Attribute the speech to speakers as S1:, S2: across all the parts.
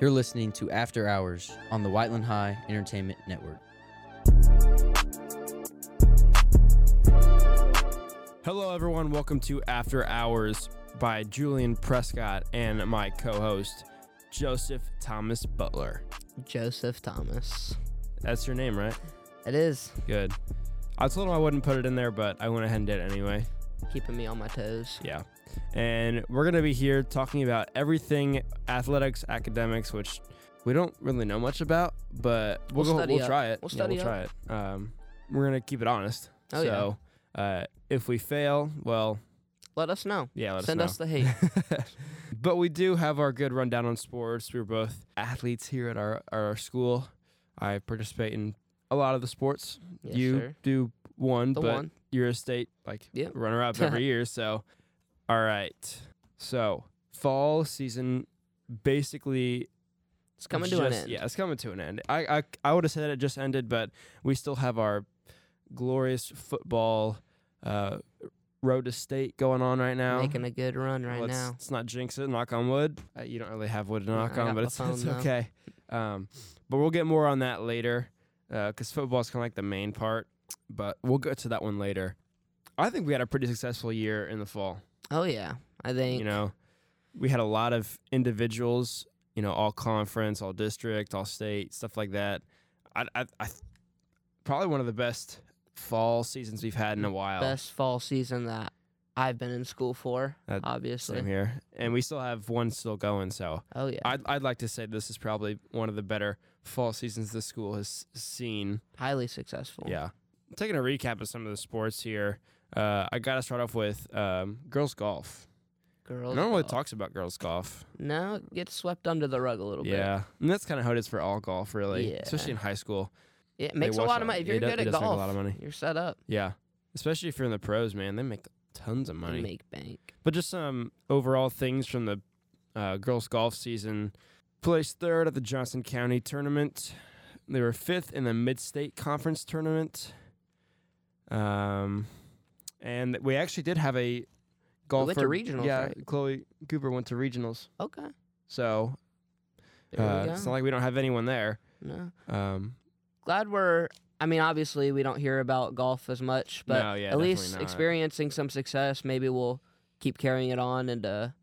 S1: You're listening to After Hours on the Whiteland High Entertainment Network.
S2: Hello, everyone. Welcome to After Hours by Julian Prescott and my co host, Joseph Thomas Butler.
S3: Joseph Thomas.
S2: That's your name, right?
S3: It is
S2: Good. I told him I wouldn't put it in there, but I went ahead and did it anyway.
S3: keeping me on my toes.
S2: Yeah. And we're going to be here talking about everything athletics, academics, which we don't really know much about, but we'll,
S3: We'll
S2: go,
S3: study
S2: we'll
S3: up.
S2: try it.
S3: We'll
S2: Yeah,
S3: study
S2: we'll try it. Um, we're going to keep it honest.
S3: Oh,
S2: so, uh, if we fail, well,
S3: Let us know.
S2: yeah, let
S3: Send
S2: us know.
S3: us the hate.
S2: but we do have our good rundown on sports. We were both athletes here at our, our school. I participate in a lot of the sports.
S3: Yes,
S2: you
S3: sir.
S2: do one,
S3: The
S2: but
S3: one.
S2: you're a state like
S3: Yeah.
S2: runner up every year. So, all right. So fall season basically
S3: It's coming to an
S2: just-
S3: end.
S2: Yeah, it's coming to an end. I I, I would have said it just ended, but we still have our glorious football uh, road to state going on right now.
S3: Making a good run right
S2: Let's,
S3: now.
S2: let's not jinx it. Knock on wood. Uh, you don't really have wood to
S3: Yeah,
S2: knock
S3: I
S2: on,
S3: got
S2: but
S3: my
S2: it's, it's
S3: phone, though.
S2: okay. Um, but we'll get more on that later because football's kind of like the main part. But we'll get to that one later. I think we had a pretty successful year in the fall.
S3: Oh yeah. I think
S2: You know, we had a lot of individuals. You know, all conference, all district, all state, stuff like that. I, I, I probably one of the best fall seasons we've had in a while.
S3: best fall season that I've been in school for.
S2: That- Same
S3: obviously.
S2: here, and we still have one still going. So.
S3: Oh yeah.
S2: I'd, I'd like to say this is probably one of the better fall seasons the school has s- seen.
S3: Highly successful.
S2: Yeah. Taking a recap of some of the sports here, uh, I got to start off with um, girls golf.
S3: Girls.
S2: no one really
S3: golf.
S2: talks about girls golf.
S3: No, it gets swept under the rug a little bit.
S2: Yeah. And that's kind of how it is for all golf, really,
S3: Yeah.
S2: especially in high school.
S3: Yeah. It
S2: They
S3: makes a
S2: watch
S3: lot
S2: a-
S3: of money. If
S2: it
S3: you're
S2: does-
S3: good
S2: it
S3: at
S2: does
S3: golf,
S2: make a lot of money.
S3: you're set up.
S2: Yeah. Especially if you're in the pros, man, they make tons of
S3: You
S2: money.
S3: Make bank.
S2: But just some overall things from the uh, girls golf season. Placed third at the Johnson County tournament. They were fifth in the Mid State Conference tournament. Um, and we actually did have a golfer.
S3: went to regionals,
S2: Yeah,
S3: right?
S2: Chloe Cooper went to regionals.
S3: Okay.
S2: So
S3: There
S2: uh,
S3: we go.
S2: it's not like we don't have anyone there.
S3: no.
S2: Um,
S3: glad we're I mean, obviously we don't hear about golf as much, but
S2: No, yeah,
S3: at
S2: definitely
S3: least
S2: not.
S3: experiencing some success, maybe we'll keep carrying it on into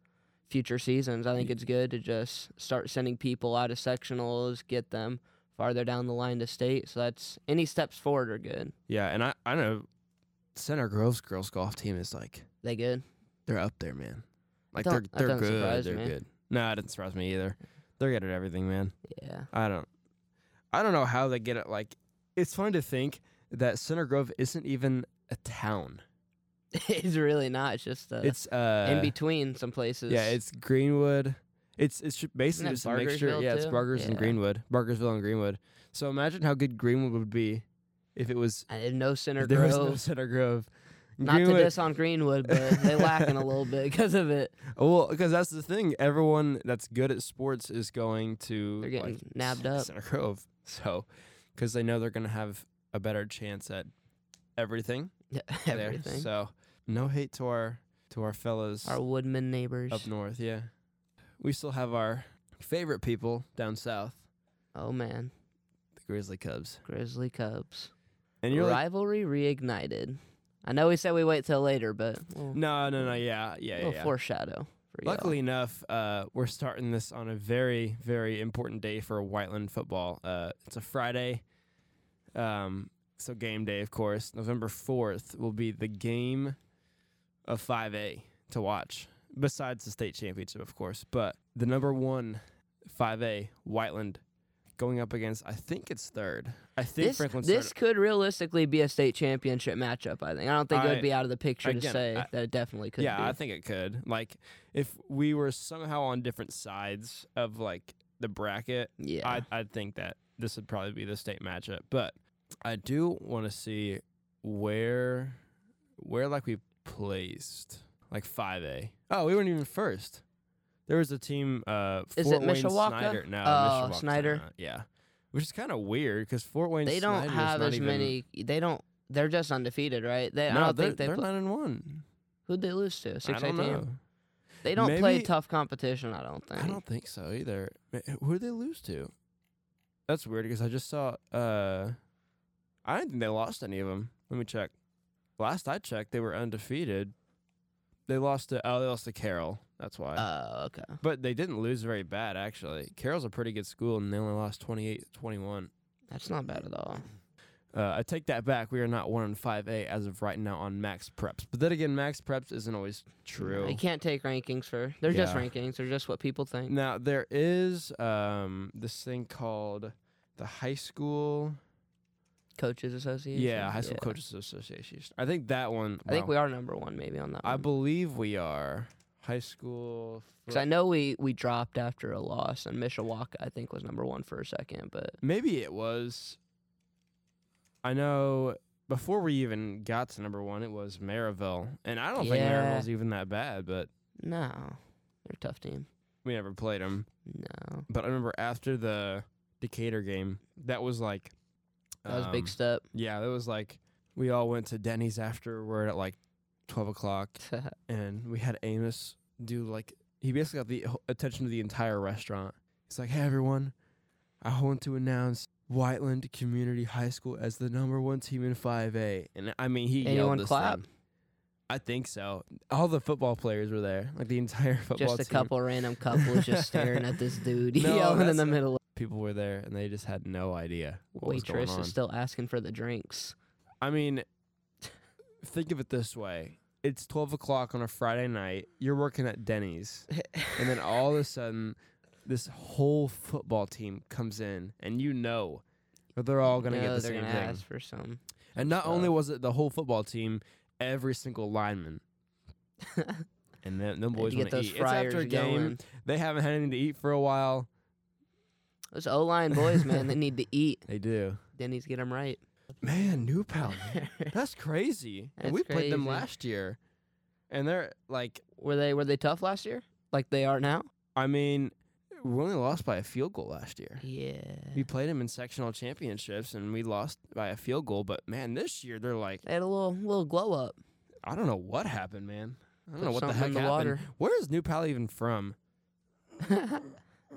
S3: future seasons. I think it's good to just start sending people out of sectionals, get them farther down the line to state. So that's any steps forward are good.
S2: yeah, and I, I know Center Grove's girls golf team is like
S3: They good.
S2: they're up there, man. Like
S3: don't-
S2: they're
S3: that
S2: they're
S3: doesn't
S2: good.
S3: surprise
S2: They're
S3: me.
S2: good. No, it doesn't surprise me either. They're good at everything, man.
S3: Yeah.
S2: I don't I don't know how they get it like it's funny to think that Center Grove isn't even a town.
S3: it's really not. It's just uh,
S2: It's uh
S3: in between some places.
S2: Yeah, it's Greenwood. It's it's ju- basically
S3: it
S2: just a mixture.
S3: Burgersville
S2: Yeah, it's
S3: too?
S2: Burgers and
S3: Yeah.
S2: Greenwood. Burgersville and Greenwood. So imagine how good Greenwood would be if it was
S3: I didn't know Center
S2: if there was no
S3: Grove.
S2: Center Grove.
S3: Not to diss on Greenwood, but they lacking a little bit because of it.
S2: Well, because that's the thing. Everyone that's good at sports is going to
S3: They're
S2: like,
S3: getting nabbed
S2: S-
S3: up.
S2: Center Grove. So, because they know they're going to have a better chance at everything,
S3: Yeah,
S2: there.
S3: Everything.
S2: So, no hate to our to our fellows
S3: Our Woodman neighbors.
S2: up north. Yeah, we still have our favorite people down south,
S3: Oh man,
S2: the Grizzly Cubs.
S3: Grizzly Cubs.
S2: And you're like,
S3: Rivalry reignited. I know we said we wait till later, but we'll,
S2: no, no, no, yeah, yeah,
S3: a
S2: yeah.
S3: little
S2: yeah.
S3: foreshadow. For y'all.
S2: Luckily enough, uh, we're starting this on a very, very important day for Whiteland football. Uh, it's a Friday, um, so game day, of course. November 4th will be the game of 5A to watch, besides the state championship, of course. But the number one 5A, Whiteland, going up against, I think it's third. I think
S3: this,
S2: Franklin's
S3: this
S2: third.
S3: could realistically be a state championship matchup. I think. I don't think it
S2: I-
S3: would be out of the picture
S2: again,
S3: to say
S2: I-
S3: that it definitely could.
S2: yeah,
S3: be.
S2: I think it could. Like, if we were somehow on different sides of, like, the bracket,
S3: yeah.
S2: I I think that this would probably be the state matchup, but I do want to see where where like we placed like five A. Oh, we weren't even first. There was a team. Uh,
S3: Is
S2: Fort
S3: it
S2: Wayne
S3: Mishawaka?
S2: Snyder. No,
S3: Oh,
S2: Mishawaka's
S3: Snyder.
S2: not, Yeah, which is kind of weird because Fort Wayne.
S3: they don't
S2: Snyder's
S3: have
S2: not
S3: as
S2: even-
S3: many. They don't. They're just undefeated, right? They,
S2: No,
S3: I don't
S2: they're,
S3: think they.
S2: they're
S3: Pl-
S2: nine and one.
S3: who'd they lose to? Six
S2: I don't
S3: eighteen.
S2: know.
S3: They don't play
S2: Maybe-
S3: tough competition, I don't think.
S2: I don't think so either. Ma- eh, Who did they lose to? That's weird because I just saw. Uh, I didn't think they lost any of them. Let me check. Last I checked, they were undefeated. They lost to oh, they lost to Carroll. That's why.
S3: Oh, okay.
S2: but they didn't lose very bad actually. Carroll's a pretty good school, and they only lost 28-21.
S3: That's not bad at all.
S2: Uh, I take that back. We are not one in five A as of right now on Max Preps. But then again, Max Preps isn't always true.
S3: You can't take rankings for. They're just
S2: Yeah.
S3: rankings. They're just what people think.
S2: Now there is um, this thing called the high school,
S3: Coaches Association.
S2: yeah, high school coaches association. I think that one.
S3: I think
S2: wow.
S3: we are number one maybe on that.
S2: I
S3: I
S2: believe we are high school.
S3: because I know we we dropped after a loss, and Mishawaka I think was number one for a second, but
S2: Maybe it was. I know before we even got to number one, it was Maryville, and I don't think
S3: Yeah.
S2: Maryville's even that bad, but
S3: no, they're a tough team.
S2: we never played them.
S3: No,
S2: But I remember after the Decatur game, that was like
S3: that was a
S2: um,
S3: big step.
S2: Yeah, it was like we all went to Denny's afterward at like twelve o'clock, and we had Amos do like he basically got the ho- attention of the entire restaurant. He's like, "Hey everyone, I want to announce Whiteland Community High School as the number one team in five A." And I mean, he
S3: Anyone
S2: yelled this
S3: clap?
S2: thing. I think so. All the football players were there, like the entire football.
S3: just a
S2: team.
S3: couple random couples just staring at this dude
S2: No,
S3: yelling in
S2: that's
S3: the
S2: a-
S3: middle. of-
S2: people were there, and they just had no idea what was
S3: Waitress
S2: going on.
S3: is still asking for the drinks.
S2: I mean, think of it this way: it's twelve o'clock on a Friday night. You're working at Denny's, and then all of a sudden, this whole football team comes in, and you know that they're all gonna
S3: No,
S2: get the
S3: they're
S2: same
S3: gonna
S2: thing.
S3: ask for some.
S2: And not only
S3: stuff.
S2: was it the whole football team, every single lineman, and then them boys
S3: to
S2: want
S3: get
S2: to
S3: those
S2: eat. It's
S3: fryers
S2: after a game.
S3: going.
S2: They haven't had anything to eat for a while.
S3: Those O line boys, man, they need to eat.
S2: They do.
S3: Denny's get them right.
S2: Man, New Pal, that's crazy. and
S3: That's
S2: we played them
S3: crazy.
S2: last year, and they're like
S3: were they were they tough last year? Like they are now?
S2: I mean, we only lost by a field goal last year.
S3: Yeah.
S2: We played them in sectional championships and we lost by a field goal. But man, this year they're like,
S3: They had a little little glow up.
S2: I don't know what happened, man. I don't know
S3: Put
S2: what the
S3: something
S2: heck
S3: in the
S2: happened.
S3: water.
S2: Where is New Pal even from?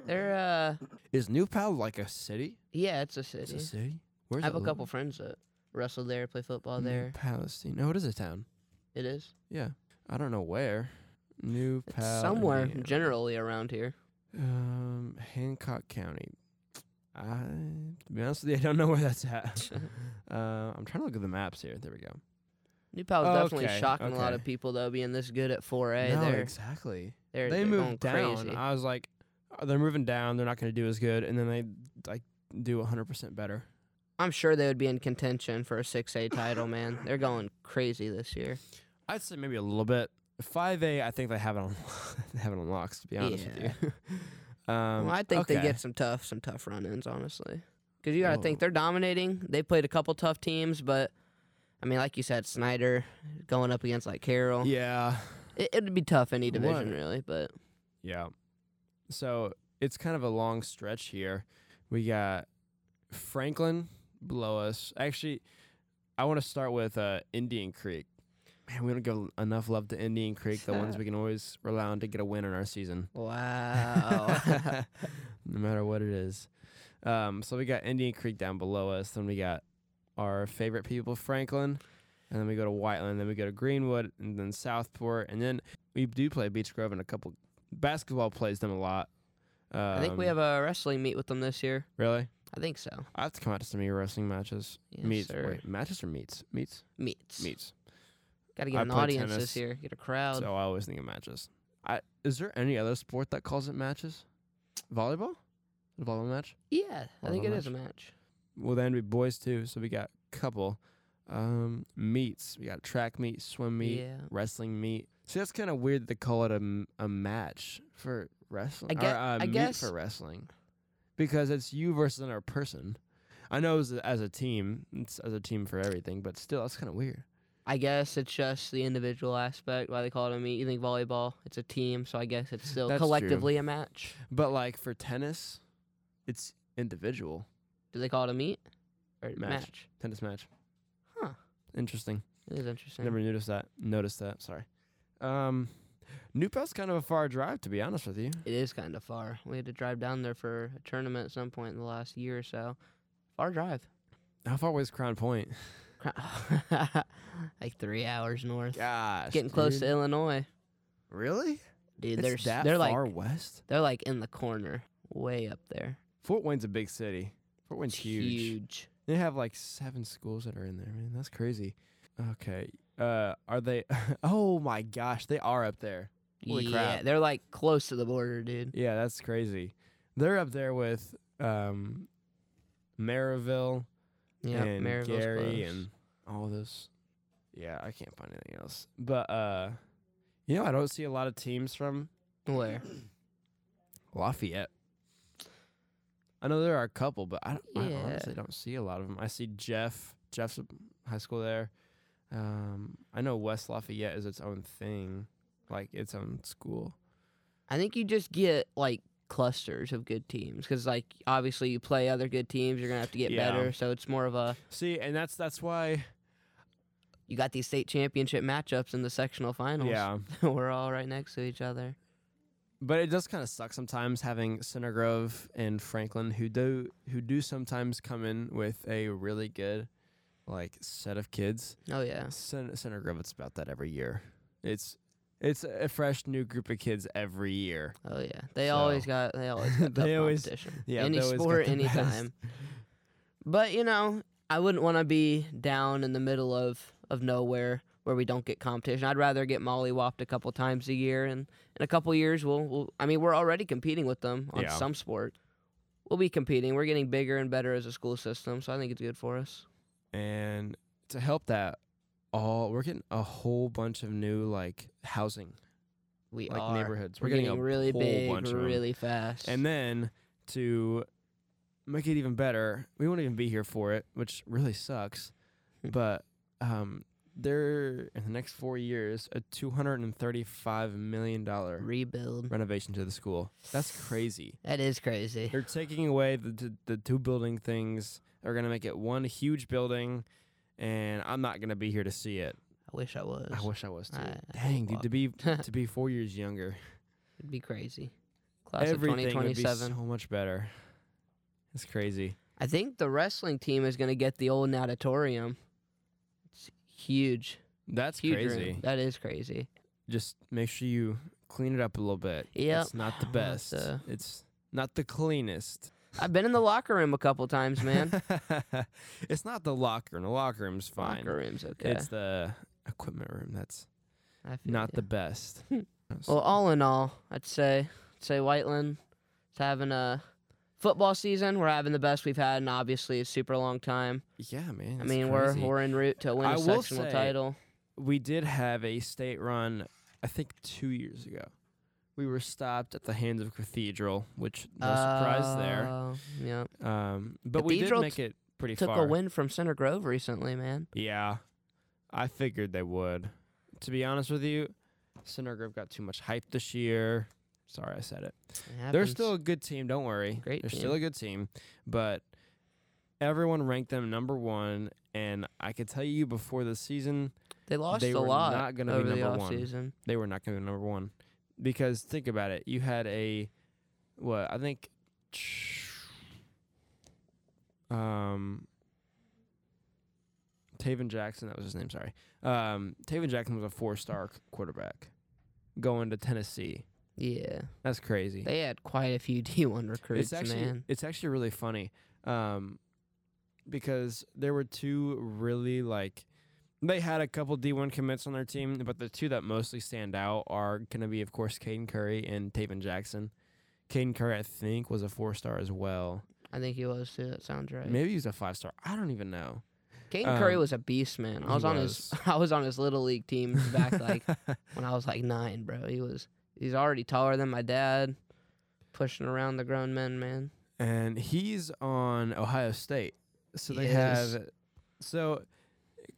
S3: They're uh
S2: Is New Pal like a city?
S3: yeah, it's a city.
S2: It's a Mm-hmm. city. Where's
S3: I have
S2: it
S3: a
S2: lo-
S3: couple friends that wrestle there, play football
S2: New
S3: there.
S2: Palestine. No, it is a town.
S3: It is.
S2: Yeah, I don't know where. New
S3: It's
S2: Pal.
S3: somewhere
S2: Indiana.
S3: generally around here.
S2: Um, Hancock County. I, to be honest with you, I don't know where that's at. uh, I'm trying to look at the maps here. There we go.
S3: New Pal's
S2: Okay,
S3: definitely shocking a lot
S2: okay.
S3: of people though, being this good at 4A.
S2: no,
S3: they're,
S2: exactly.
S3: they're
S2: they
S3: they're
S2: moved
S3: going
S2: down.
S3: crazy.
S2: I was like, "Oh, they're moving down. They're not going to do as good, and then they like do 100 percent better.
S3: I'm sure they would be in contention for a 6A title, man. They're going crazy this year.
S2: I'd say maybe a little bit. 5A, I think they have it on they have it on locks. To be honest
S3: Yeah.
S2: with you, um,
S3: well, I think they
S2: okay.
S3: get some tough, some tough run-ins, honestly. Because you got to
S2: Oh.
S3: think they're dominating. They played a couple tough teams, but I mean, like you said, Snyder going up against like Carroll.
S2: Yeah,
S3: It, it'd be tough any division,
S2: What?
S3: really. But
S2: yeah. So it's kind of a long stretch here. We got Franklin below us. Actually, I want to start with uh, Indian Creek. Man, we don't give enough love to Indian Creek, the ones we can always rely on to get a win in our season.
S3: wow,
S2: no matter what it is. Um, so we got Indian Creek down below us. Then we got our favorite people, Franklin. And then we go to Whiteland. Then we go to Greenwood. And then Southport. And then we do play Beach Grove and a couple. Basketball plays them a lot. Um,
S3: I think we have a wrestling meet with them this year.
S2: Really?
S3: I think so.
S2: I have to come out to some of your wrestling matches.
S3: Yes,
S2: meets.
S3: sir.
S2: Wait, matches or meets? Meets.
S3: Meets.
S2: Meets.
S3: Got to get
S2: I
S3: an
S2: play
S3: audience
S2: tennis,
S3: this year. Get a crowd.
S2: So I always think of matches. I, is there any other sport that calls it matches? Volleyball? A volleyball match?
S3: yeah, I think it
S2: Volleyball
S3: is a match.
S2: Well, then we boys too. So we got couple um, meets. We got track meet, swim meet,
S3: Yeah.
S2: wrestling meet. So that's kind of weird to call it a, m- a match for wrestling.
S3: I gue-
S2: or a
S3: I
S2: meet
S3: guess-
S2: for wrestling because it's you versus another person. I know as a, as a team, it's as a team for everything, but still, that's kind of weird.
S3: I guess it's just the individual aspect why they call it a meet. You think volleyball? It's a team, so I guess it's still
S2: That's true.
S3: collectively a match.
S2: But like for tennis, it's individual
S3: Do they call it a meet or
S2: Match.
S3: match?
S2: tennis match.
S3: Huh.
S2: Interesting. Hmm.
S3: It is interesting.
S2: Never noticed that. Noticed that. Sorry. Um, New Paltz kind of a far drive, to be honest with you.
S3: It is kind of far. We had to drive down there for a tournament at some point in the last year or so. Far drive.
S2: How far away is Crown Point?
S3: Cra- like three hours north.
S2: Gosh,
S3: Getting close to
S2: dude.
S3: Illinois,
S2: Really?
S3: dude.
S2: It's
S3: They're s-
S2: that
S3: they're
S2: far
S3: like
S2: west.
S3: they're like in the corner, way up there.
S2: Fort Wayne's a big city. Fort Wayne's
S3: It's
S2: huge. They have like seven schools that are in there, man. That's crazy. Okay. Uh are they Oh my gosh, they are up there. Holy
S3: yeah,
S2: crap.
S3: they're like close to the border, dude.
S2: Yeah, that's crazy. They're up there with um Maryville
S3: Yeah,
S2: and
S3: Maryville's
S2: Gary
S3: close.
S2: and all those. Yeah, I can't find anything else. But uh you know, I don't see a lot of teams from
S3: where?
S2: Lafayette. I know there are a couple, but I, don't, I
S3: Yeah.
S2: honestly don't see a lot of them. I see Jeff. Jeff's a high school there. Um, I know West Lafayette is its own thing, like its own school.
S3: I think you just get like clusters of good teams because like obviously you play other good teams, you're gonna have to get
S2: Yeah.
S3: better. So it's more of a
S2: See, and that's that's why.
S3: you got these state championship matchups in the sectional finals.
S2: Yeah,
S3: We're all right next to each other.
S2: but it does kind of suck sometimes having Center Grove and Franklin, who do who do sometimes come in with a really good, like set of kids.
S3: Oh yeah.
S2: Center, Center Grove, it's about that every year. It's it's a fresh new group of kids every year.
S3: Oh yeah. They always
S2: So-
S3: got they always got tough
S2: They always-
S3: competition.
S2: yeah,
S3: Any
S2: they always got
S3: sport,
S2: the
S3: any
S2: best.
S3: time. But you know, I wouldn't want to be down in the middle of of nowhere where we don't get competition. I'd rather get mollywopped a couple times a year, and in a couple years, we'll, we'll I mean, we're already competing with them on
S2: Yeah.
S3: some sport. We'll be competing. We're getting bigger and better as a school system, so I think it's good for us.
S2: and to help that all we're getting a whole bunch of new like housing
S3: We
S2: like
S3: are.
S2: neighborhoods
S3: We're, getting,
S2: a
S3: really
S2: whole
S3: big,
S2: bunch of 'em.
S3: really fast.
S2: and then to make it even better we won't even be here for it which really sucks
S3: Hmm.
S2: but um there in the next four years a 235 million dollar
S3: rebuild.
S2: renovation to the school that's crazy
S3: That is crazy.
S2: They're taking away the t- the two building things. They're gonna make it one huge building, and I'm not gonna be here to see it.
S3: I wish I was.
S2: I wish I was too.
S3: I-
S2: Dang, dude,
S3: fuck.
S2: to be to be four years younger,
S3: It'd be crazy. Class of
S2: everything would be
S3: 2027.
S2: so much better. It's crazy.
S3: I think the wrestling team is going to get the old auditorium. It's huge.
S2: That's
S3: huge room.
S2: crazy.
S3: That is crazy.
S2: Just make sure you clean it up a little bit.
S3: Yep.
S2: it's not the
S3: We'll have
S2: best.
S3: to-
S2: It's not the cleanest.
S3: I've been in the locker room a couple times, man.
S2: it's not the locker room. The locker room's fine.
S3: Locker room's okay.
S2: It's the equipment room that's
S3: I feel
S2: not
S3: ya.
S2: the best.
S3: Well, all in all, I'd say I'd say Whiteland is having a football season. We're having the best we've had in obviously a super long time.
S2: Yeah, man.
S3: I
S2: it's
S3: mean,
S2: crazy.
S3: we're we're en route to win a
S2: I will
S3: sectional
S2: say-
S3: title.
S2: we did have a state run. I think two years ago, we were stopped at the hands of Cathedral, which no surprise there.
S3: Uh, Yeah,
S2: Um, but
S3: Cathedral
S2: we did make it pretty
S3: took
S2: far.
S3: a win from Center Grove recently, man.
S2: Yeah, I figured they would. To be honest with you, Center Grove got too much hype this year. Sorry, I said it.
S3: It
S2: They're
S3: happens.
S2: still a good team. Don't worry.
S3: Great
S2: They're still
S3: team.
S2: a good team, but everyone ranked them number one. And I could tell you before the season,
S3: they lost
S2: they
S3: a
S2: were
S3: lot
S2: not gonna be
S3: over the
S2: number
S3: off
S2: one.
S3: season.
S2: they were not going to be number one because think about it. You had a what I think, um, Taven Jackson. That was his name. Sorry, um, Taven Jackson was a four-star c- quarterback going to Tennessee.
S3: Yeah.
S2: That's crazy.
S3: They had quite a few D1
S2: it's
S3: recruits,
S2: actually
S3: man.
S2: it's actually really funny um, because there were two really like they had a couple D1 commits on their team, but the two that mostly stand out are going to be, of course, Caden Curry and Taven Jackson. Caden Curry, I think, was a four star as well.
S3: I think he was too. That sounds right.
S2: Maybe he was a five star. I don't even know.
S3: Caden Curry
S2: um,
S3: was a beast, man. I
S2: he
S3: was on his
S2: was.
S3: I was on his little league team back like when I was like nine, bro. He was he's already taller than my dad, pushing around the grown men, man.
S2: and he's on Ohio State. So they
S3: Yes.
S2: have so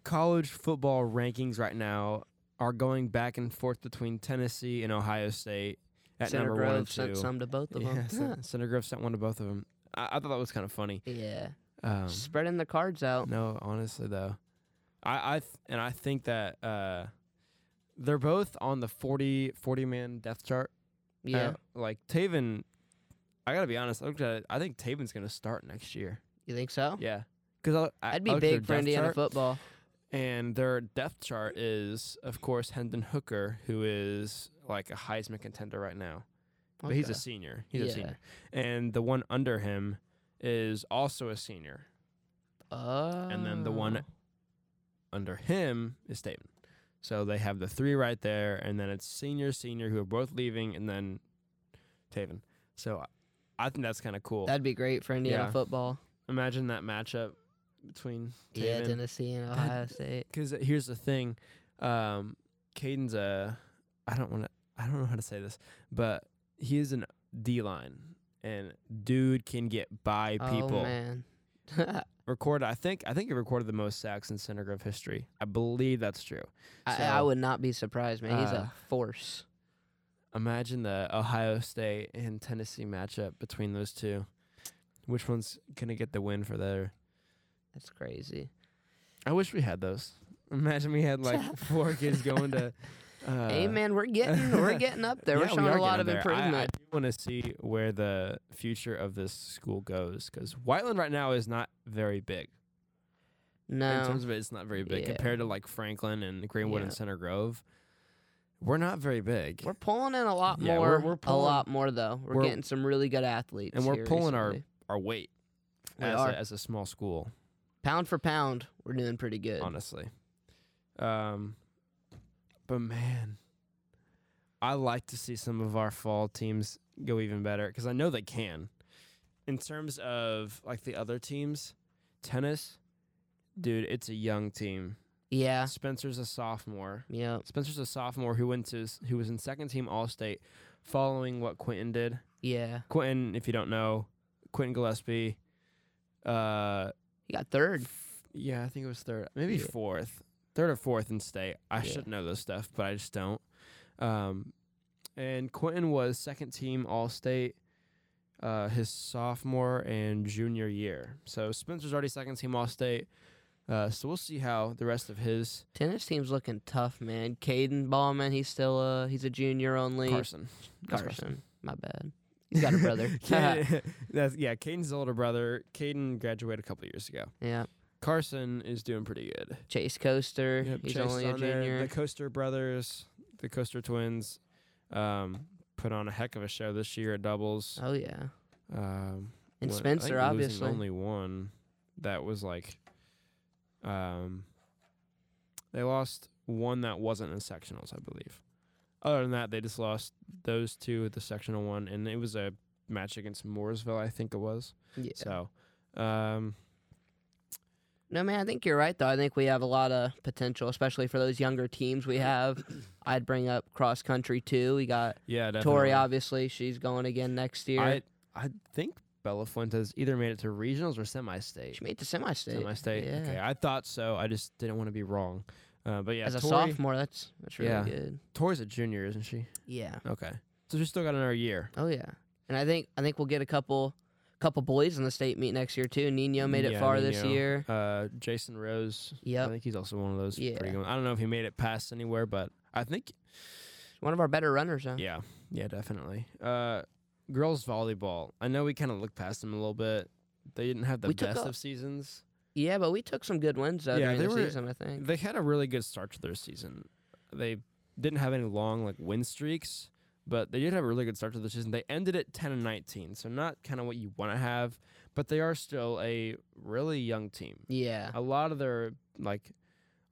S2: college football rankings right now are going back and forth between Tennessee and Ohio State at
S3: Center
S2: number
S3: Grove
S2: one and two.
S3: sent some to both of
S2: yeah,
S3: them.
S2: Cen- Center Grove sent one to both of them. I, I thought that was kind of funny.
S3: yeah,
S2: Um,
S3: spreading the cards out.
S2: no, honestly though, I I th- and I think that uh, They're both on the 40, 40 man depth chart. I
S3: Yeah,
S2: don't- like Taven, I gotta be honest. I looked at it. I think Taven's gonna start next year.
S3: you think so?
S2: Yeah, because
S3: Oh. That'd be big for Indiana
S2: chart,
S3: football.
S2: And their depth chart is, of course, Hendon Hooker, who is like a Heisman contender right now, but he's a
S3: Okay.
S2: senior. He's a
S3: Yeah.
S2: senior, and the one under him is also a senior. and then the one
S3: Oh.
S2: under him is Taven. So they have the three right there, and then it's senior, senior who are both leaving, and then Taven. So I I think that's kind of cool.
S3: That'd be great for Indiana
S2: Yeah.
S3: football.
S2: Imagine that matchup between
S3: Yeah,
S2: Taven.
S3: Tennessee and
S2: That-
S3: Ohio State.
S2: Because uh, here's the thing, um, Caden's a I don't want to I don't know how to say this, but he is an D line, and dude can get by people.
S3: Oh man.
S2: Recorded, I think I think he recorded the most sacks in center of history. I believe that's true.
S3: I, I
S2: So,
S3: would not be surprised, man. He's
S2: uh,
S3: a force.
S2: Imagine the Ohio State and Tennessee matchup between those two. Which one's gonna get the win for there?
S3: That's crazy.
S2: I wish we had those. Imagine we had like four kids going to. Uh,
S3: hey man, we're getting we're getting up there.
S2: yeah,
S3: we're showing
S2: we are
S3: a lot of
S2: getting there. I-
S3: improvement.
S2: I, do want to see where the future of this school goes because Whiteland right now is not very big. In
S3: no.
S2: terms of it, it's not very big
S3: Yeah.
S2: compared to like Franklin and Greenwood and
S3: Yeah.
S2: Center Grove. We're not very big.
S3: We're pulling in a lot
S2: Yeah,
S3: more.
S2: we're- we're
S3: a
S2: pulling-
S3: lot more though. We're,
S2: we're-
S3: getting some really good athletes.
S2: and we're
S3: here
S2: pulling our-
S3: recently.
S2: Our weight
S3: We
S2: as
S3: are.
S2: a, as a small school.
S3: pound for pound. We're doing pretty good.
S2: honestly. Um, but man, I like to see some of our fall teams go even better because I know they can. In terms of like the other teams, tennis, dude, it's a young team.
S3: Yeah.
S2: Spencer's a sophomore.
S3: Yep.
S2: Spencer's a sophomore who went to s- who was in second team All State, following what Quentin did.
S3: Yeah.
S2: Quentin, if you don't know, Quentin Gillespie. Uh,
S3: He got third.
S2: f- Yeah, I think it was third, maybe
S3: Yeah.
S2: fourth, third or fourth in state. I
S3: Yeah.
S2: should know this stuff, but I just don't. Um, and Quentin was second team All State uh, his sophomore and junior year. So Spencer's already second team All State. Uh, so we'll see how the rest of his
S3: Tennis team's looking tough, man. Caden Ballman, he's still uh he's a junior only.
S2: Carson. That's
S3: Carson. My bad. He's got a brother.
S2: Caden- that's, yeah, Caden's older brother. Caden graduated a couple years ago.
S3: yeah.
S2: Carson is doing pretty good.
S3: Chase Coaster.
S2: Yep,
S3: he's
S2: Chase is
S3: only a
S2: on there.
S3: junior.
S2: The Coaster brothers, the Coaster twins, um, put on a heck of a show this year at doubles.
S3: Oh yeah.
S2: Um, what-
S3: And
S2: I think
S3: Spencer,
S2: losing
S3: obviously.
S2: only one that was like, um, they lost one that wasn't in sectionals, I believe. Other than that, they just lost those two at the sectional one, and it was a match against Mooresville, I think it was.
S3: yeah.
S2: So, um,
S3: No, man, I think you're right, though. I think we have a lot of potential, especially for those younger teams we have. I'd bring up cross country, too. We got
S2: yeah, definitely.
S3: Tori, obviously. She's going again next year.
S2: I I think Bella Fuentes either made it to regionals or semi-state.
S3: she made the semi state.
S2: Semi-state.
S3: Yeah.
S2: Okay, I thought so. I just didn't want to be wrong. Uh, but yeah,
S3: As a
S2: Tori,
S3: sophomore, that's, that's really
S2: Yeah.
S3: good.
S2: Tori's a junior, isn't she?
S3: Yeah.
S2: Okay, so she's still got another year.
S3: Oh, yeah. And I think I think we'll get a couple couple boys in the state meet next year, too. Nino made it
S2: Yeah,
S3: far this
S2: Nino.
S3: year.
S2: Uh, Jason Rose. I
S3: Yep.
S2: think he's also one of those.
S3: Yeah.
S2: Pretty good. I don't know if he made it past anywhere, but I think
S3: One of our better runners, huh?
S2: yeah, yeah, definitely. Uh, girls volleyball. I know we kind of looked past them a little bit. They didn't have the
S3: We took
S2: best
S3: a-
S2: of seasons.
S3: Yeah, but we took some good wins, though,
S2: Yeah,
S3: during
S2: they
S3: the
S2: were-
S3: season, I think.
S2: They had a really good start to their season. They didn't have any long like win streaks, but they did have a really good start to the season. They ended at 10 and 19, so not kind of what you want to have, but they are still a really young team.
S3: Yeah.
S2: A lot of their like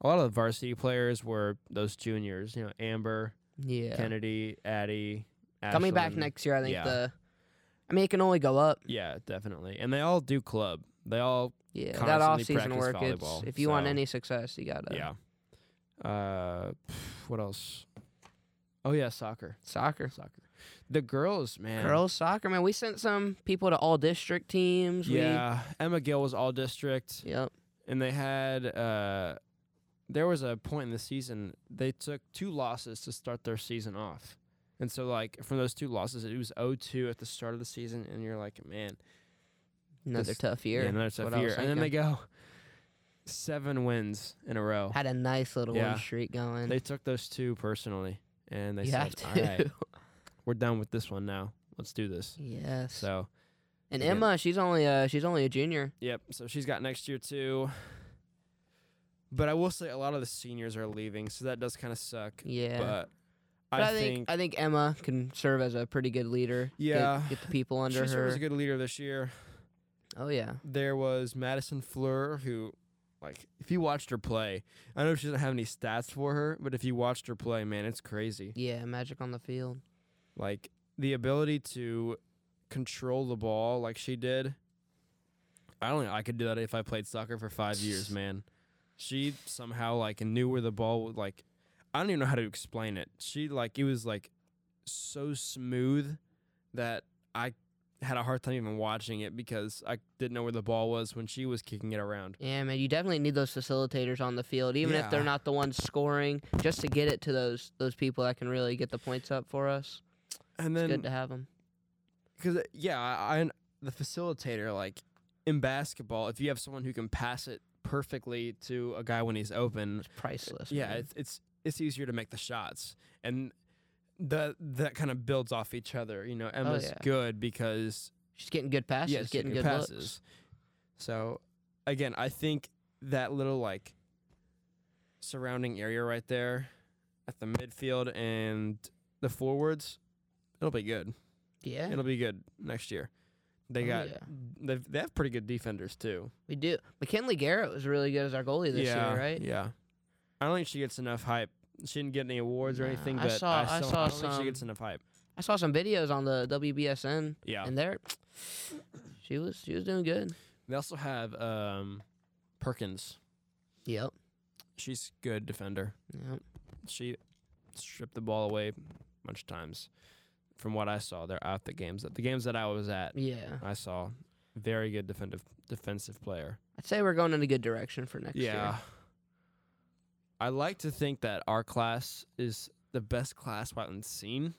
S2: a lot of the varsity players were those juniors, you know, Amber,
S3: Yeah.
S2: Kennedy, Addie,
S3: Coming back
S2: Ashlyn.
S3: next year, I think
S2: Yeah.
S3: the. I mean, it can only go up.
S2: Yeah, definitely. And they all do club. They all
S3: Yeah, that
S2: constantly
S3: off season
S2: practice
S3: work. It's,
S2: volleyball,
S3: if you want
S2: so-
S3: any success, you gotta.
S2: yeah. Uh what else? Oh yeah, soccer.
S3: Soccer,
S2: soccer. The girls, man.
S3: girls soccer, man. We sent some people to all district teams.
S2: Yeah, Emma Gill was all district,
S3: We, yep.
S2: and they had. Uh, there was a point in the season they took two losses to start their season off, and so like from those two losses, it was 0-2 at the start of the season, and you're like, man,
S3: Another
S2: This-
S3: tough
S2: yeah,
S3: year.
S2: another
S3: that's
S2: tough
S3: what I was
S2: year. And then they go, seven wins in a row.
S3: Had a nice little
S2: Yeah.
S3: win streak going.
S2: They took those two personally, and they
S3: you
S2: said,
S3: have
S2: "All
S3: to.
S2: right, we're done with this one now. Let's do this."
S3: yes.
S2: So,
S3: and
S2: again-
S3: Emma, she's only a she's only a junior.
S2: yep. So she's got next year too. But I will say a lot of the seniors are leaving, so that does kind of suck.
S3: Yeah.
S2: But,
S3: But
S2: I, think,
S3: I think Emma can serve as a pretty good leader. Get-
S2: Yeah.
S3: Get, the people
S2: she
S3: under
S2: served
S3: her.
S2: as a good leader this year.
S3: oh yeah.
S2: there was Madison Fleur, who, like, if you watched her play, I know she doesn't have any stats for her, but if you watched her play, man, it's crazy.
S3: Yeah, magic on the field.
S2: Like, the ability to control the ball like she did. I don't know. I could do that if I played soccer for five years, man. She somehow, like, knew where the ball would, like, I don't even know how to explain it. She, like, it was, like, so smooth that I had a hard time even watching it because I didn't know where the ball was when she was kicking it around.
S3: Yeah, man, you definitely need those facilitators on the field, even if they're
S2: Yeah.
S3: not the ones scoring, just to get it to those those people that can really get the points up for us.
S2: And
S3: It's good
S2: then,
S3: to have them.
S2: because uh, yeah, I, I the facilitator like in basketball, if you have someone who can pass it perfectly to a guy when he's open,
S3: It's priceless.
S2: yeah,
S3: man.
S2: it's it's it's easier to make the shots, and the that kind of builds off each other. You know, Emma's
S3: Oh, yeah.
S2: good because
S3: she's getting good passes,
S2: yeah, she's
S3: getting good
S2: passes.
S3: looks.
S2: So again, I think that little like surrounding area right there at the midfield and the forwards, it'll be good.
S3: Yeah,
S2: It'll be good next year. They
S3: Oh,
S2: got
S3: yeah.
S2: they they have pretty good defenders too.
S3: we do. McKinley Garrett was really good as our goalie this
S2: yeah,
S3: year, right?
S2: Yeah. I don't think she gets enough hype. She didn't get any awards or
S3: Nah,
S2: anything,
S3: I
S2: but I,
S3: saw- I
S2: still-
S3: saw
S2: I don't think she
S3: some-
S2: gets enough hype.
S3: I saw some videos on the WBSN,
S2: Yeah.
S3: and there, she was she was doing good.
S2: They also have um, Perkins.
S3: Yep.
S2: She's good defender.
S3: Yep.
S2: She stripped the ball away a bunch of times. From what I saw there at the games that the games that I was at,
S3: Yeah.
S2: I saw very good defensive defensive player.
S3: I'd say we're going in a good direction for next
S2: yeah.
S3: year.
S2: I like to think that our class is the best class Whiteland's seen.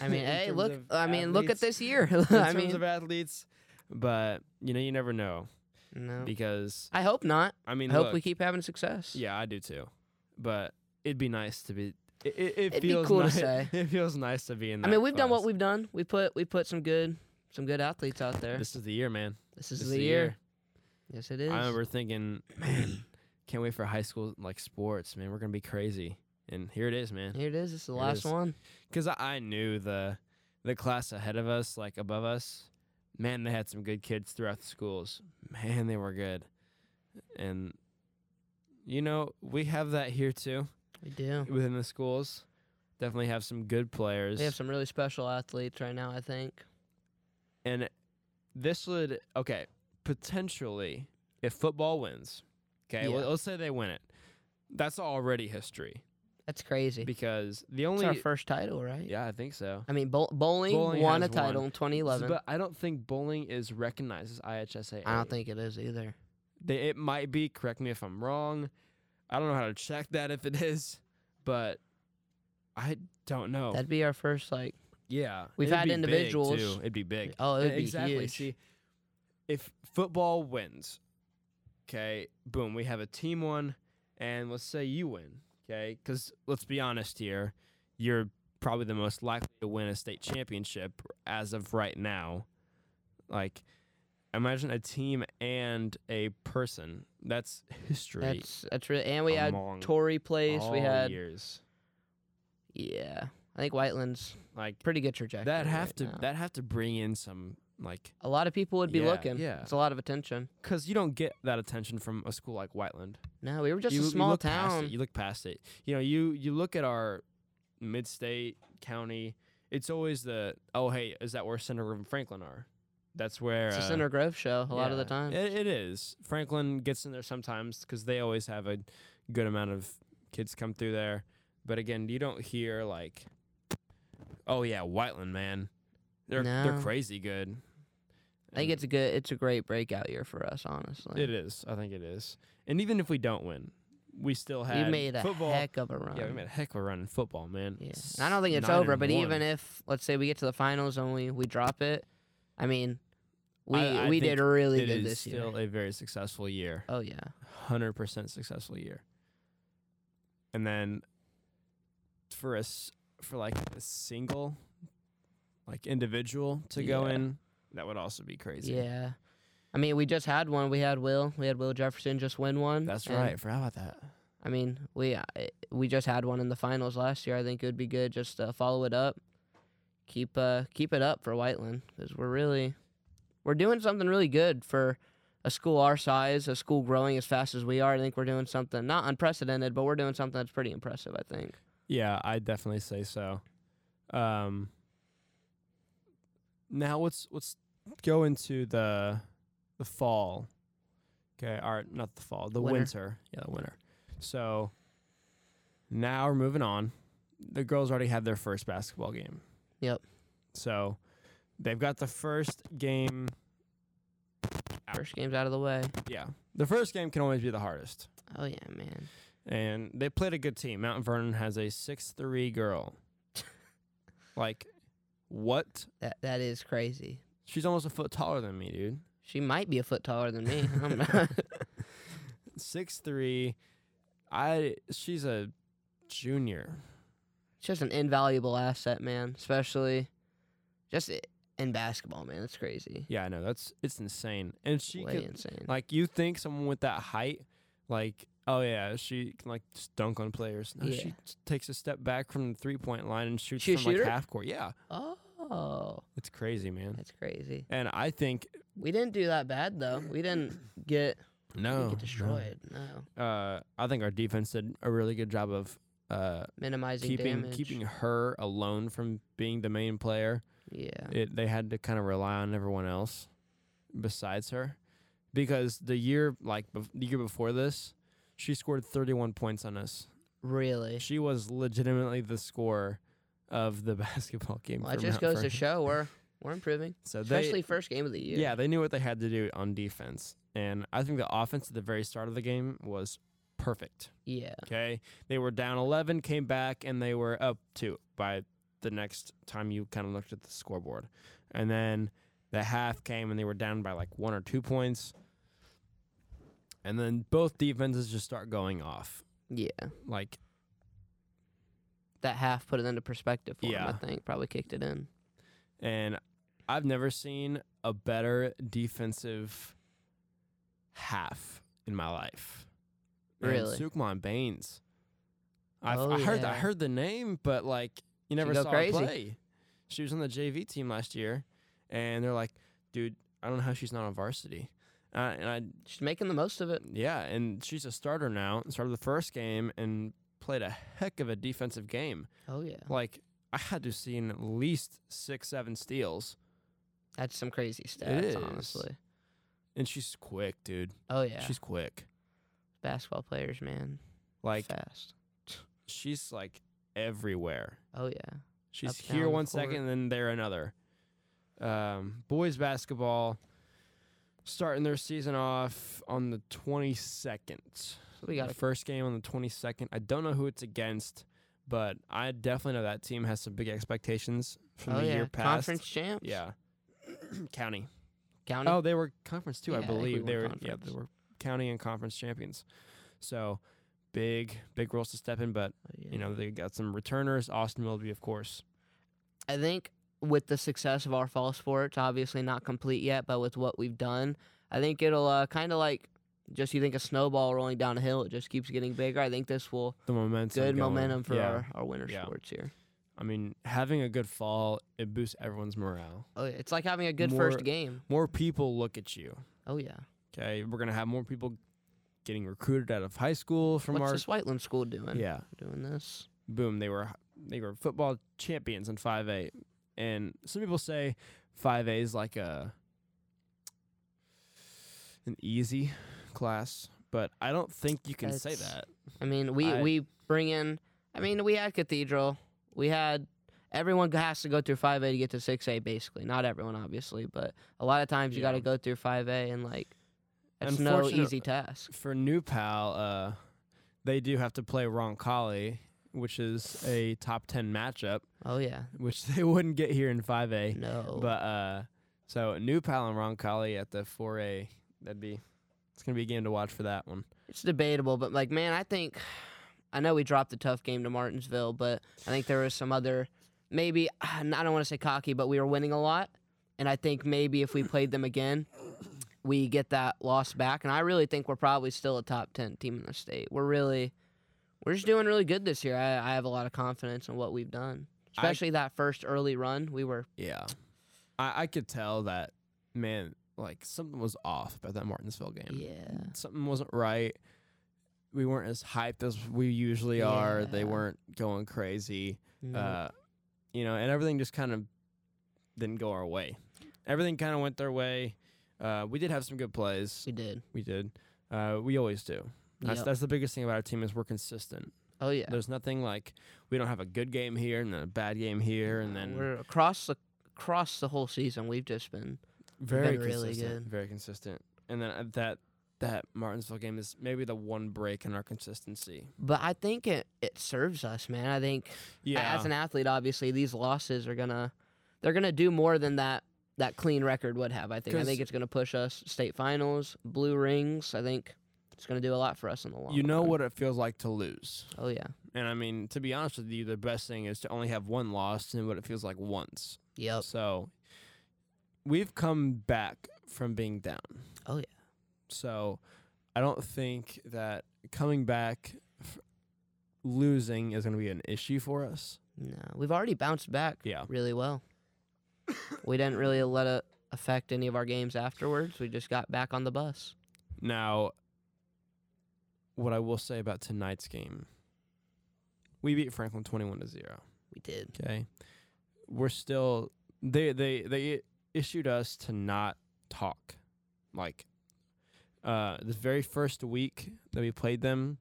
S3: I mean,
S2: In
S3: hey,
S2: terms
S3: look.
S2: of
S3: I mean, look at
S2: athletes-
S3: this year.
S2: in
S3: I
S2: terms
S3: mean,
S2: of athletes. But you know, you never know
S3: no.
S2: because
S3: I hope not.
S2: I mean,
S3: I hope
S2: look,
S3: we keep having success.
S2: Yeah, I do too. But it'd be nice to be. It, it, it
S3: It'd be
S2: feels
S3: cool to
S2: nice,
S3: say.
S2: It feels nice to be in.
S3: I
S2: That
S3: mean, we've done what
S2: class.
S3: we've done. We put we put some good some good athletes out there. This,
S2: This is the year, man.
S3: is the, year. Yes, it is.
S2: I remember thinking, man, can't wait for high school like sports, man. We're gonna be crazy, and here it is, man.
S3: Here it is. It's the
S2: Here it
S3: last
S2: is.
S3: one.
S2: because I knew the the class ahead of us, like above us, man, they had some good kids throughout the schools. Man, they were good, and you know we have that here too
S3: We do.
S2: within the schools. Definitely have some good players,
S3: We have some really special athletes right now. I think.
S2: and this would okay potentially if football wins. Okay,
S3: Yeah.
S2: let- let's say they win it. That's already history
S3: That's crazy.
S2: because the
S3: It's
S2: only
S3: our first title, right?
S2: yeah I think so.
S3: I mean, bowl bowling,
S2: Bowling
S3: won a
S2: has won.
S3: title in 2011.
S2: But I don't think bowling is recognized as IHSA.
S3: I don't think it is either.
S2: They, it might be. Correct me if I'm wrong. I don't know how to check that if it is, but I don't know.
S3: That'd be our first like.
S2: yeah,
S3: We've
S2: it'd
S3: had
S2: be big,
S3: individuals-
S2: too. It'd be big.
S3: Oh, it'd
S2: Yeah,
S3: be
S2: exactly.
S3: huge.
S2: See, if football wins, okay, boom, we have a team one, and let's say you win, okay, because let's be honest here, you're probably the most likely to win a state championship as of right now. Like, imagine a team and a person. That's history.
S3: That's that's really. And we had
S2: among
S3: Tory Place.
S2: all
S3: We had
S2: years.
S3: yeah. I think Whiteland's
S2: Like
S3: pretty good trajectory.
S2: that have
S3: right
S2: to
S3: now.
S2: that have to bring in some like
S3: a lot of people would be
S2: Yeah,
S3: looking.
S2: yeah.
S3: it's a lot of attention.
S2: because you don't get that attention from a school like Whiteland.
S3: No, we were just
S2: you,
S3: a
S2: you
S3: small
S2: look past it,
S3: town.
S2: You look past it. You know, you you look at our mid-state county. It's always the oh hey, is that where Senator and Franklin are? That's where
S3: It's a
S2: uh,
S3: Center Grove show a lot of the
S2: yeah,
S3: time.
S2: It, it is. Franklin gets in there sometimes because they always have a good amount of kids come through there. But again, you don't hear like, oh yeah, Whiteland man, they're they're
S3: No.
S2: crazy good.
S3: I think
S2: And
S3: it's a good, it's a great breakout year for us. Honestly,
S2: it is. I think it is. And even if we don't win, we still
S3: we
S2: had
S3: made a
S2: football.
S3: heck of a run.
S2: yeah, we made a heck of a run in football, man.
S3: Yeah. And I don't think it's
S2: Nine
S3: over,
S2: and
S3: but
S2: one.
S3: even if let's say we get to the finals and we, we drop it, I mean, We
S2: I- I
S3: we
S2: think
S3: did really
S2: it
S3: good
S2: is
S3: this year.
S2: still a very successful year.
S3: oh yeah.
S2: hundred percent successful year. And then for us, for like a single, like individual to go
S3: Yeah.
S2: in, that would also be crazy.
S3: Yeah. I mean, we just had one. We had Will. We had Will Jefferson just win one.
S2: that's
S3: and,
S2: right. Forgot about that.
S3: I mean, we uh, we just had one in the finals last year. I think it would be good just to follow it up. Keep uh keep it up for Whiteland because we're really we're doing something really good for a school our size, a school growing as fast as we are. I think we're doing something not unprecedented, but we're doing something that's pretty impressive. I think.
S2: Yeah, I definitely say so. Um, now let's let's go into the the fall. Okay, or not the fall, the
S3: Winter.
S2: winter. Yeah, the winter. So now we're moving on. The girls already had their first basketball game.
S3: Yep.
S2: So they've got the first game.
S3: First game's out of the way.
S2: Yeah, the first game can always be the hardest.
S3: Oh yeah, man.
S2: and they played a good team. Mount Vernon has a six three girl. like, what?
S3: That that is crazy.
S2: She's almost a foot taller than me, dude.
S3: She might be a foot taller than me. I'm not.
S2: Six three. I. She's a junior.
S3: It's just an invaluable asset, man. Especially just i- in basketball, man. It's crazy.
S2: Yeah, I know. That's it's insane. And she
S3: Way
S2: could,
S3: insane.
S2: like you think someone with that height, like oh yeah, she can like just dunk on players. No,
S3: Yeah.
S2: she t- takes a step back from the three point line and shoots
S3: She a
S2: from like
S3: shooter?
S2: half court. Yeah,
S3: oh,
S2: it's crazy, man.
S3: that's crazy.
S2: And I think
S3: We didn't do that bad though. We didn't get we
S2: no,
S3: didn't
S2: no.
S3: get destroyed. No,
S2: uh, I think our defense did a really good job of uh,
S3: minimizing
S2: keeping
S3: damage.
S2: keeping her alone from being the main player.
S3: yeah,
S2: It, they had to kind of rely on everyone else besides her, because the year like bef- the year before this, she scored 31 points on us.
S3: really.
S2: She was legitimately the scorer of the basketball game.
S3: Well, it
S2: for
S3: just
S2: Mount
S3: goes to
S2: Vernon.
S3: show we're we're improving,
S2: So they-
S3: especially first game of the year.
S2: yeah, they knew what they had to do on defense, and I think the offense at the very start of the game was perfect.
S3: yeah,
S2: Okay. They were down 11, came back, and they were up two by the next time you kind of looked at the scoreboard. And then the half came and they were down by like one or two points. And then both defenses just start going off.
S3: yeah.
S2: Like,
S3: That half put it into perspective for 'em,
S2: Yeah.
S3: I think probably kicked it in.
S2: and I've never seen a better defensive half in my life. And
S3: Really?
S2: Sukman Baines. I've,
S3: Oh,
S2: I heard I
S3: yeah.
S2: heard the name, but like you never
S3: go
S2: saw
S3: crazy.
S2: her play. She was on the JV team last year, and they're like, "Dude, I don't know how she's not on varsity." Uh, and I,
S3: She's making the most of it.
S2: yeah, and she's a starter now. Started the first game and played a heck of a defensive game.
S3: Oh yeah,
S2: Like I had to see at least six, seven steals,
S3: that's some crazy
S2: is.
S3: stats, honestly.
S2: and she's quick, dude.
S3: Oh yeah,
S2: She's quick.
S3: basketball players, man.
S2: Like
S3: fast.
S2: she's like everywhere.
S3: Oh yeah.
S2: She's
S3: Up, down
S2: here
S3: the
S2: one
S3: court.
S2: second, and then there another. Um, boys basketball starting their season off on the 22nd.
S3: So we got
S2: the
S3: a
S2: first game on the 22nd. I don't know who it's against, but I definitely know that team has some big expectations from
S3: oh,
S2: the
S3: yeah.
S2: year past.
S3: conference champs.
S2: Yeah. county.
S3: County.
S2: Oh, they were conference too,
S3: Yeah, I
S2: I
S3: think we
S2: believe.
S3: won
S2: They were yeah,
S3: conference.
S2: they were county and conference champions. So big, big roles to step in, but
S3: Oh, yeah.
S2: you know, they got some returners. Austin Willoughby, of course.
S3: I think with the success of our fall sports, obviously not complete yet, but with what we've done, I think it'll uh, kind of like just you think a snowball rolling down a hill, it just keeps getting bigger. I think this will
S2: The momentum.
S3: good
S2: going.
S3: momentum for
S2: Yeah.
S3: our, our winter
S2: Yeah.
S3: sports here.
S2: I mean, having a good fall, it boosts everyone's morale.
S3: Oh yeah, it's like having a good
S2: More-
S3: first game.
S2: More people look at you.
S3: Oh yeah,
S2: Okay, we're gonna have more people getting recruited out of high school from
S3: what's
S2: our
S3: this Whiteland school doing?
S2: yeah.
S3: doing this.
S2: Boom! They were they were football champions in five A, and some people say five A is like a an easy class, but I don't think you can say
S3: That's-
S2: that.
S3: I mean, we
S2: I-
S3: we bring in. I mean, we had Cathedral. We had everyone g- has to go through five A to get to six A. Basically, not everyone, obviously, but a lot of times you got
S2: Yeah.
S3: to go through five A, and like it's no
S2: Unfortunate-
S3: easy task.
S2: for New Pal, uh, they do have to play Roncalli, which is a top ten matchup,
S3: Oh yeah,
S2: which they wouldn't get here in five A.
S3: no.
S2: But uh, So new pal and Ron Colley at the 4A. That'd be it's gonna be a game to watch for that one.
S3: It's debatable, but like, man, I think I know we dropped a tough game to Martinsville, but I think there was some other maybe I don't want to say cocky, but we were winning a lot, and I think maybe if we played them again, we get that loss back. And I really think we're probably still a top ten team in the state. We're really we're just doing really good this year. I, I have a lot of confidence in what we've done,
S2: I-
S3: especially that first early run. We were
S2: Yeah, I, I could tell that man. Like something was off about that Martinsville game.
S3: yeah.
S2: something wasn't right. We weren't as hyped as we usually are. They
S3: Yeah.
S2: weren't going crazy.
S3: No.
S2: Uh, you know, and everything just kind of didn't go our way. Everything kind of went their way. Uh, we did have some good plays.
S3: we did.
S2: We did. Uh, we always do. That's,
S3: Yep.
S2: that's the biggest thing about our team is we're consistent.
S3: Oh yeah.
S2: There's nothing like we don't have a good game here and then a bad game here and then
S3: we're across the across the whole season. We've just been
S2: very
S3: been really
S2: consistent,
S3: good.
S2: very consistent. And then uh, that that Martinsville game is maybe the one break in our consistency.
S3: But I think it, it serves us, man. I think a-
S2: Yeah,
S3: as an athlete, obviously, these losses are gonna they're gonna do more than that that clean record would have. I think. I
S2: 'Cause-
S3: think it's gonna push us state finals, blue rings. I think it's gonna do a lot for us in the long.
S2: you know
S3: run.
S2: what it feels like to lose.
S3: Oh yeah.
S2: And I mean, to be honest with you, the best thing is to only have one loss and what it feels like once.
S3: Yep.
S2: So we've come back from being down.
S3: Oh, yeah.
S2: So I don't think that coming back, f- losing is going to be an issue for us.
S3: No, we've already bounced back.
S2: Yeah.
S3: Really well. we didn't really let it affect any of our games afterwards. We just got back on the bus.
S2: Now, what I will say about tonight's game, we beat Franklin twenty-one to zero.
S3: We did.
S2: Okay. We're still they they they issued us to not talk. Like uh the very first week that we played them,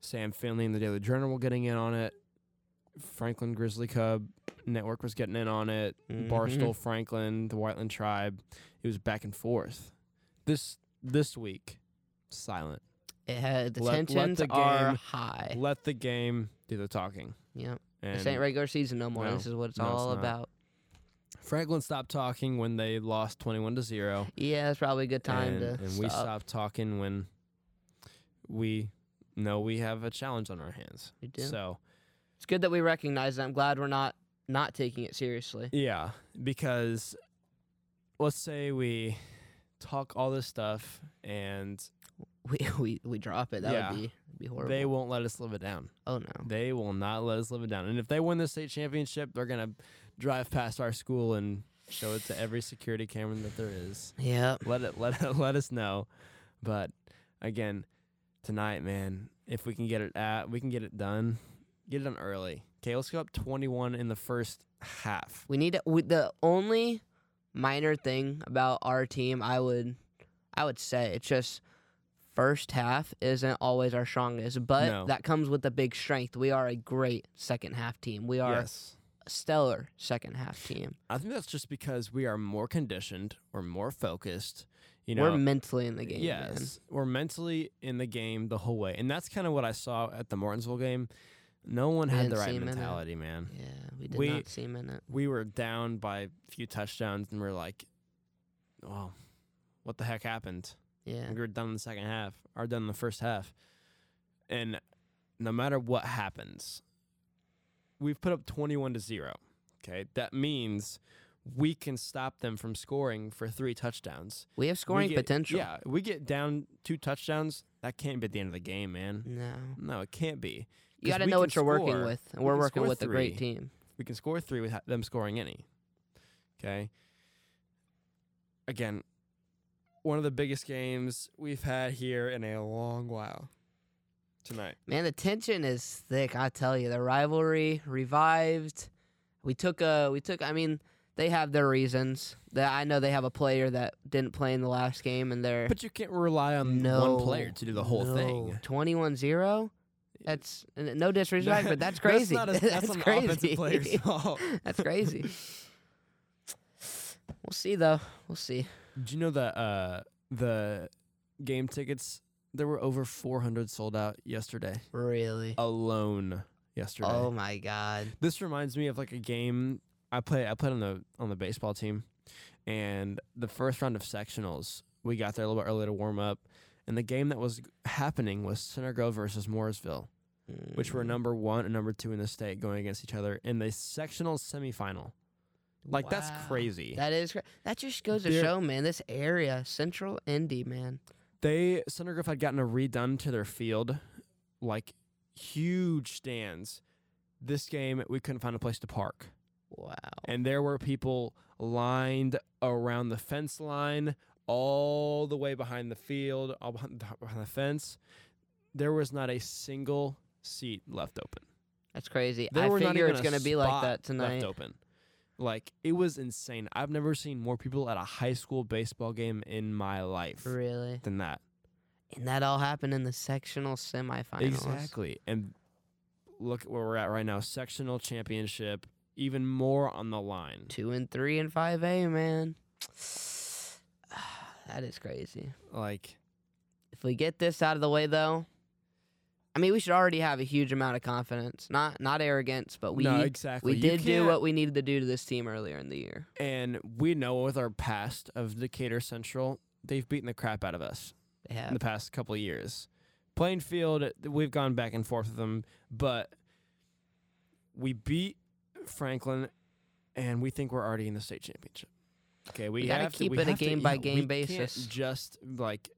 S2: Sam Finley and the Daily Journal were getting in on it. Franklin Grizzly Cub Network was getting in on it. Barstool Franklin, the Whiteland Tribe. It was back and forth. This this week, silent.
S3: It had the
S2: Let- let
S3: tensions
S2: the
S3: are
S2: game-
S3: high.
S2: Let the game do the talking.
S3: Yep. This
S2: And
S3: ain't regular season no more.
S2: No.
S3: This is what it's
S2: No, it's
S3: all
S2: not.
S3: about.
S2: Franklin stopped talking when they lost twenty one to zero.
S3: Yeah, it's probably a good time
S2: and,
S3: to
S2: and
S3: stop.
S2: we stop talking when we know we have a challenge on our hands.
S3: We do.
S2: So
S3: it's good that we recognize that. I'm glad we're not not taking it seriously.
S2: yeah, because let's say we talk all this stuff and
S3: We we, we drop it. That
S2: Yeah.
S3: would be be horrible.
S2: they won't let us live it down.
S3: oh no.
S2: They will not let us live it down. And if they win the state championship, they're gonna drive past our school and show it to every security camera that there is.
S3: Yeah.
S2: Let it let it, let us know. But again, tonight, man, if we can get it at, we can get it done. Get it done early. Okay, let's go up 21 in the first half.
S3: We need to, we, the only minor thing about our team. I would I would say it's just first half isn't always our strongest, but
S2: No.
S3: that comes with a big strength. We are a great second half team. We are
S2: Yes.
S3: a stellar second half team.
S2: I think that's just because we are more conditioned, we're more focused. You know,
S3: we're mentally in the game.
S2: yes,
S3: man.
S2: we're mentally in the game the whole way, and that's kind of what I saw at the Martinsville game. No one
S3: We
S2: had
S3: didn't
S2: the
S3: see
S2: right
S3: him in it.
S2: mentality, man.
S3: Yeah, we did
S2: We-
S3: not seem in it.
S2: we were down by a few touchdowns and we are like, well, what the heck happened?
S3: Yeah.
S2: We were done in the second half, or done in the first half. And no matter what happens, we've put up 21 to 0. Okay. That means we can stop them from scoring for three touchdowns.
S3: We have
S2: We
S3: scoring
S2: get-
S3: potential.
S2: Yeah. We get down two touchdowns. That can't be at the end of the game, man.
S3: No.
S2: No, it can't be.
S3: You
S2: 'Cause
S3: got to
S2: we
S3: know
S2: can
S3: what you're working
S2: score.
S3: with. And
S2: We
S3: we're
S2: can
S3: working
S2: score
S3: with a great
S2: three.
S3: team.
S2: We can score three without them scoring any. Okay. Again, one of the biggest games we've had here in a long while tonight.
S3: Man, the tension is thick, I tell you. The rivalry revived. We took a we took I mean, they have their reasons. That I know they have a player that didn't play in the last game and they're
S2: But you can't rely on
S3: no,
S2: one player to do the whole thing.
S3: 21-0. That's n- no disrespect, but that's crazy.
S2: that's not a, that's an offensive player's fault.
S3: That's crazy. We'll see though. We'll see.
S2: Do you know that uh, the game tickets there were over 400 sold out yesterday
S3: Really.
S2: alone yesterday.
S3: Oh my god.
S2: This reminds me of like a game I play I played on the on the baseball team, and the first round of sectionals we got there a little bit early to warm up, and the game that was g- happening was Center Grove versus Mooresville, which
S3: Mm.
S2: were number one and number two in the state going against each other in the sectional semifinal. Like that's
S3: Wow.
S2: crazy.
S3: That is cra- that just goes to
S2: They're-
S3: show, man. This area, Central Indy, man.
S2: they Center Grove had gotten a redone to their field, like huge stands. This game we couldn't find a place to park.
S3: Wow.
S2: and there were people lined around the fence line all the way behind the field all behind the, behind the fence there was not a single seat left open
S3: That's crazy.
S2: there
S3: I
S2: were not
S3: figure
S2: even
S3: it's
S2: a
S3: gonna be like
S2: spot
S3: that tonight.
S2: left open like it was insane i've never seen more people at a high school baseball game in my life
S3: Really?
S2: than that
S3: And that all happened in the sectional semifinals.
S2: Exactly. And look at where we're at right now sectional championship even more on the line
S3: Two and three and five A, man. that is crazy.
S2: like
S3: If we get this out of the way, though, I mean, we should already have a huge amount of confidence. Not not arrogance, but we
S2: no exactly
S3: we
S2: You
S3: did do
S2: can't-
S3: what we needed to do to this team earlier in the year.
S2: And we know with our past of Decatur Central, they've beaten the crap out of us
S3: They
S2: in
S3: have.
S2: the past couple of years. Plainfield, we've gone back and forth with them, but we beat Franklin, and we think we're already in the state championship. Okay, we,
S3: We gotta
S2: have to,
S3: keep
S2: we
S3: it a
S2: have to-
S3: game by
S2: yeah, we
S3: game
S2: can't
S3: basis.
S2: Just like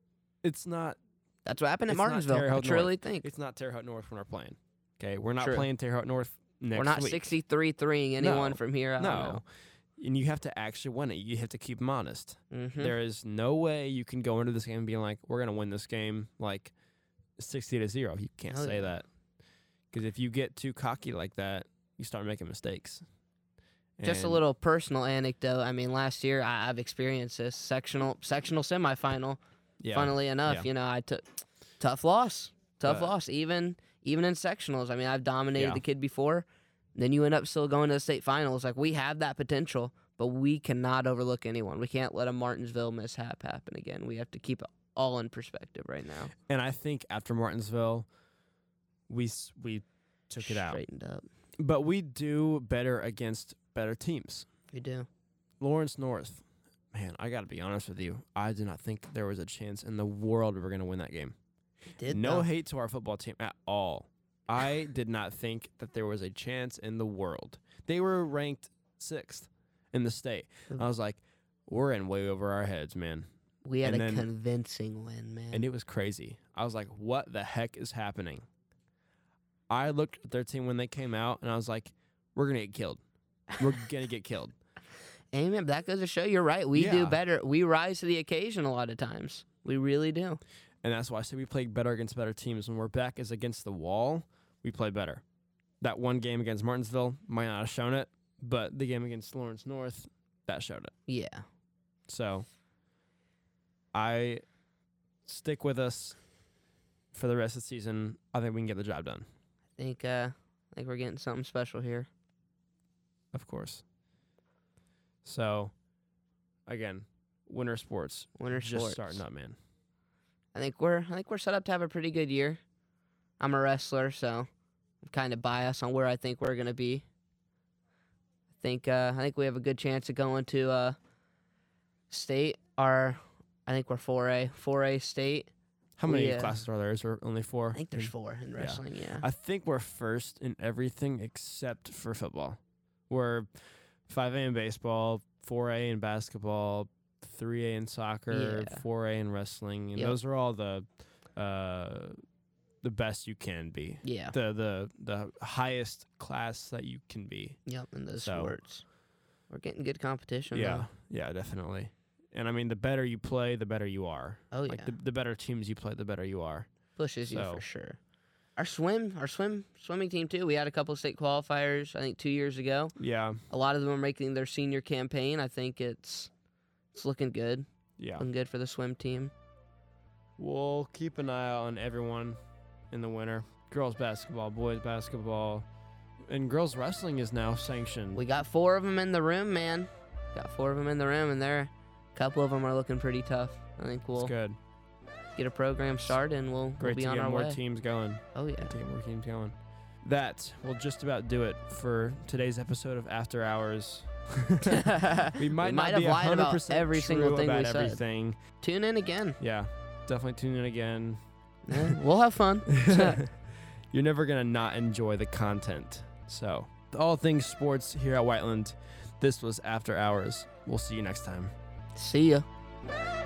S2: it's not,
S3: That's what happened at
S2: It's not
S3: Martinsville.
S2: Terre
S3: I
S2: Haute
S3: truly think
S2: it's not Terre Haute North when we're playing. Okay, we're not
S3: True.
S2: playing Terre Haute North next.
S3: we're not
S2: week.
S3: sixty-three threeing anyone
S2: No.
S3: from here. out.
S2: No, and you have to actually win it. You have to keep them honest.
S3: Mm-hmm.
S2: There is no way you can go into this game being like, we're going to win this game like 60 to 0. You can't
S3: Hell
S2: say
S3: yeah.
S2: that. Because if you get too cocky like that, you start making mistakes.
S3: Just a
S2: And
S3: little personal anecdote. I mean, last year I, I've experienced this sectional sectional semifinal.
S2: yeah,
S3: Funnily enough,
S2: Yeah.
S3: you know, I took tough loss, tough
S2: But-
S3: loss. Even even in sectionals, I mean, I've dominated
S2: Yeah.
S3: the kid before. Then you end up still going to the state finals. Like we have that potential, but we cannot overlook anyone. We can't let a Martinsville mishap happen again. We have to keep it all in perspective right now.
S2: And I think after Martinsville, we s- we took it out.
S3: Straightened up.
S2: But we do better against better teams.
S3: We do.
S2: Lawrence North, man, I got to be honest with you. I do not think there was a chance in the world we were going to win that game.
S3: We did
S2: no
S3: though.
S2: hate to our football team at all. I did not think that there was a chance in the world. They were ranked sixth in the state. I was like, we're in way over our heads, man.
S3: We had a
S2: and then-
S3: convincing win, man.
S2: And it was crazy. I was like, what the heck is happening? I looked at their team when they came out and I was like, we're going to get killed. We're going to get killed.
S3: Amen. That goes to show you're right. We do
S2: Yeah.
S3: better. We rise to the occasion a lot of times. We really do.
S2: And that's why I say we play better against better teams. When we're back is against the wall, we play better. That one game against Martinsville might not have shown it, but the game against Lawrence North, that showed it.
S3: Yeah.
S2: So I stick with us for the rest of the season. I think we can get the job done.
S3: I think uh I think we're getting something special here.
S2: Of course. So again, winter sports.
S3: Winter
S2: just
S3: sports.
S2: starting up, man.
S3: I think we're I think we're set up to have a pretty good year. I'm a wrestler, so I'm kind of biased on where I think we're gonna be. I think uh, I think we have a good chance of going to uh, state. Our I think we're four A four A state.
S2: How many
S3: Yeah.
S2: classes are there? Is there only four?
S3: I think there's four in
S2: Mm. Yeah.
S3: wrestling. Yeah.
S2: I think we're first in everything except for football. We're 5A in baseball, 4A in basketball, 3A in soccer,
S3: Yeah.
S2: 4A in wrestling, and
S3: Yep.
S2: those are all the uh, the best you can be.
S3: yeah.
S2: The the the highest class that you can be.
S3: Yep. In those
S2: So-
S3: sports, we're getting good competition.
S2: yeah,
S3: though.
S2: yeah, definitely. And I mean, the better you play, the better you are.
S3: Oh
S2: like
S3: yeah,
S2: the, the better teams you play, the better you are.
S3: pushes you
S2: so-
S3: for sure. Our swim, our swim, swimming team too. We had a couple of state qualifiers. I think two years ago.
S2: Yeah,
S3: A lot of them are making their senior campaign. I think it's it's looking good,
S2: yeah.
S3: looking good for the swim team.
S2: We'll keep an eye on everyone in the winter. Girls basketball, boys basketball, and girls wrestling is now sanctioned.
S3: We got four of them in the room, man. Got four of them in the room, and they're a couple of them are looking pretty tough. I think
S2: it's
S3: we'll
S2: good.
S3: get a program started, and we'll, we'll
S2: Great
S3: be
S2: to
S3: on
S2: get
S3: our
S2: more
S3: way.
S2: teams going.
S3: Oh yeah,
S2: Great to get more teams going. That will just about do it for today's episode of After Hours. we might not
S3: have
S2: be
S3: lied
S2: 100%
S3: about every
S2: true
S3: single thing we
S2: about
S3: said.
S2: everything.
S3: Tune in again.
S2: Yeah, definitely tune in again.
S3: Yeah, we'll have fun.
S2: You're never gonna not enjoy the content. So, all things sports here at Whiteland. This was After Hours. We'll see you next time.
S3: See ya.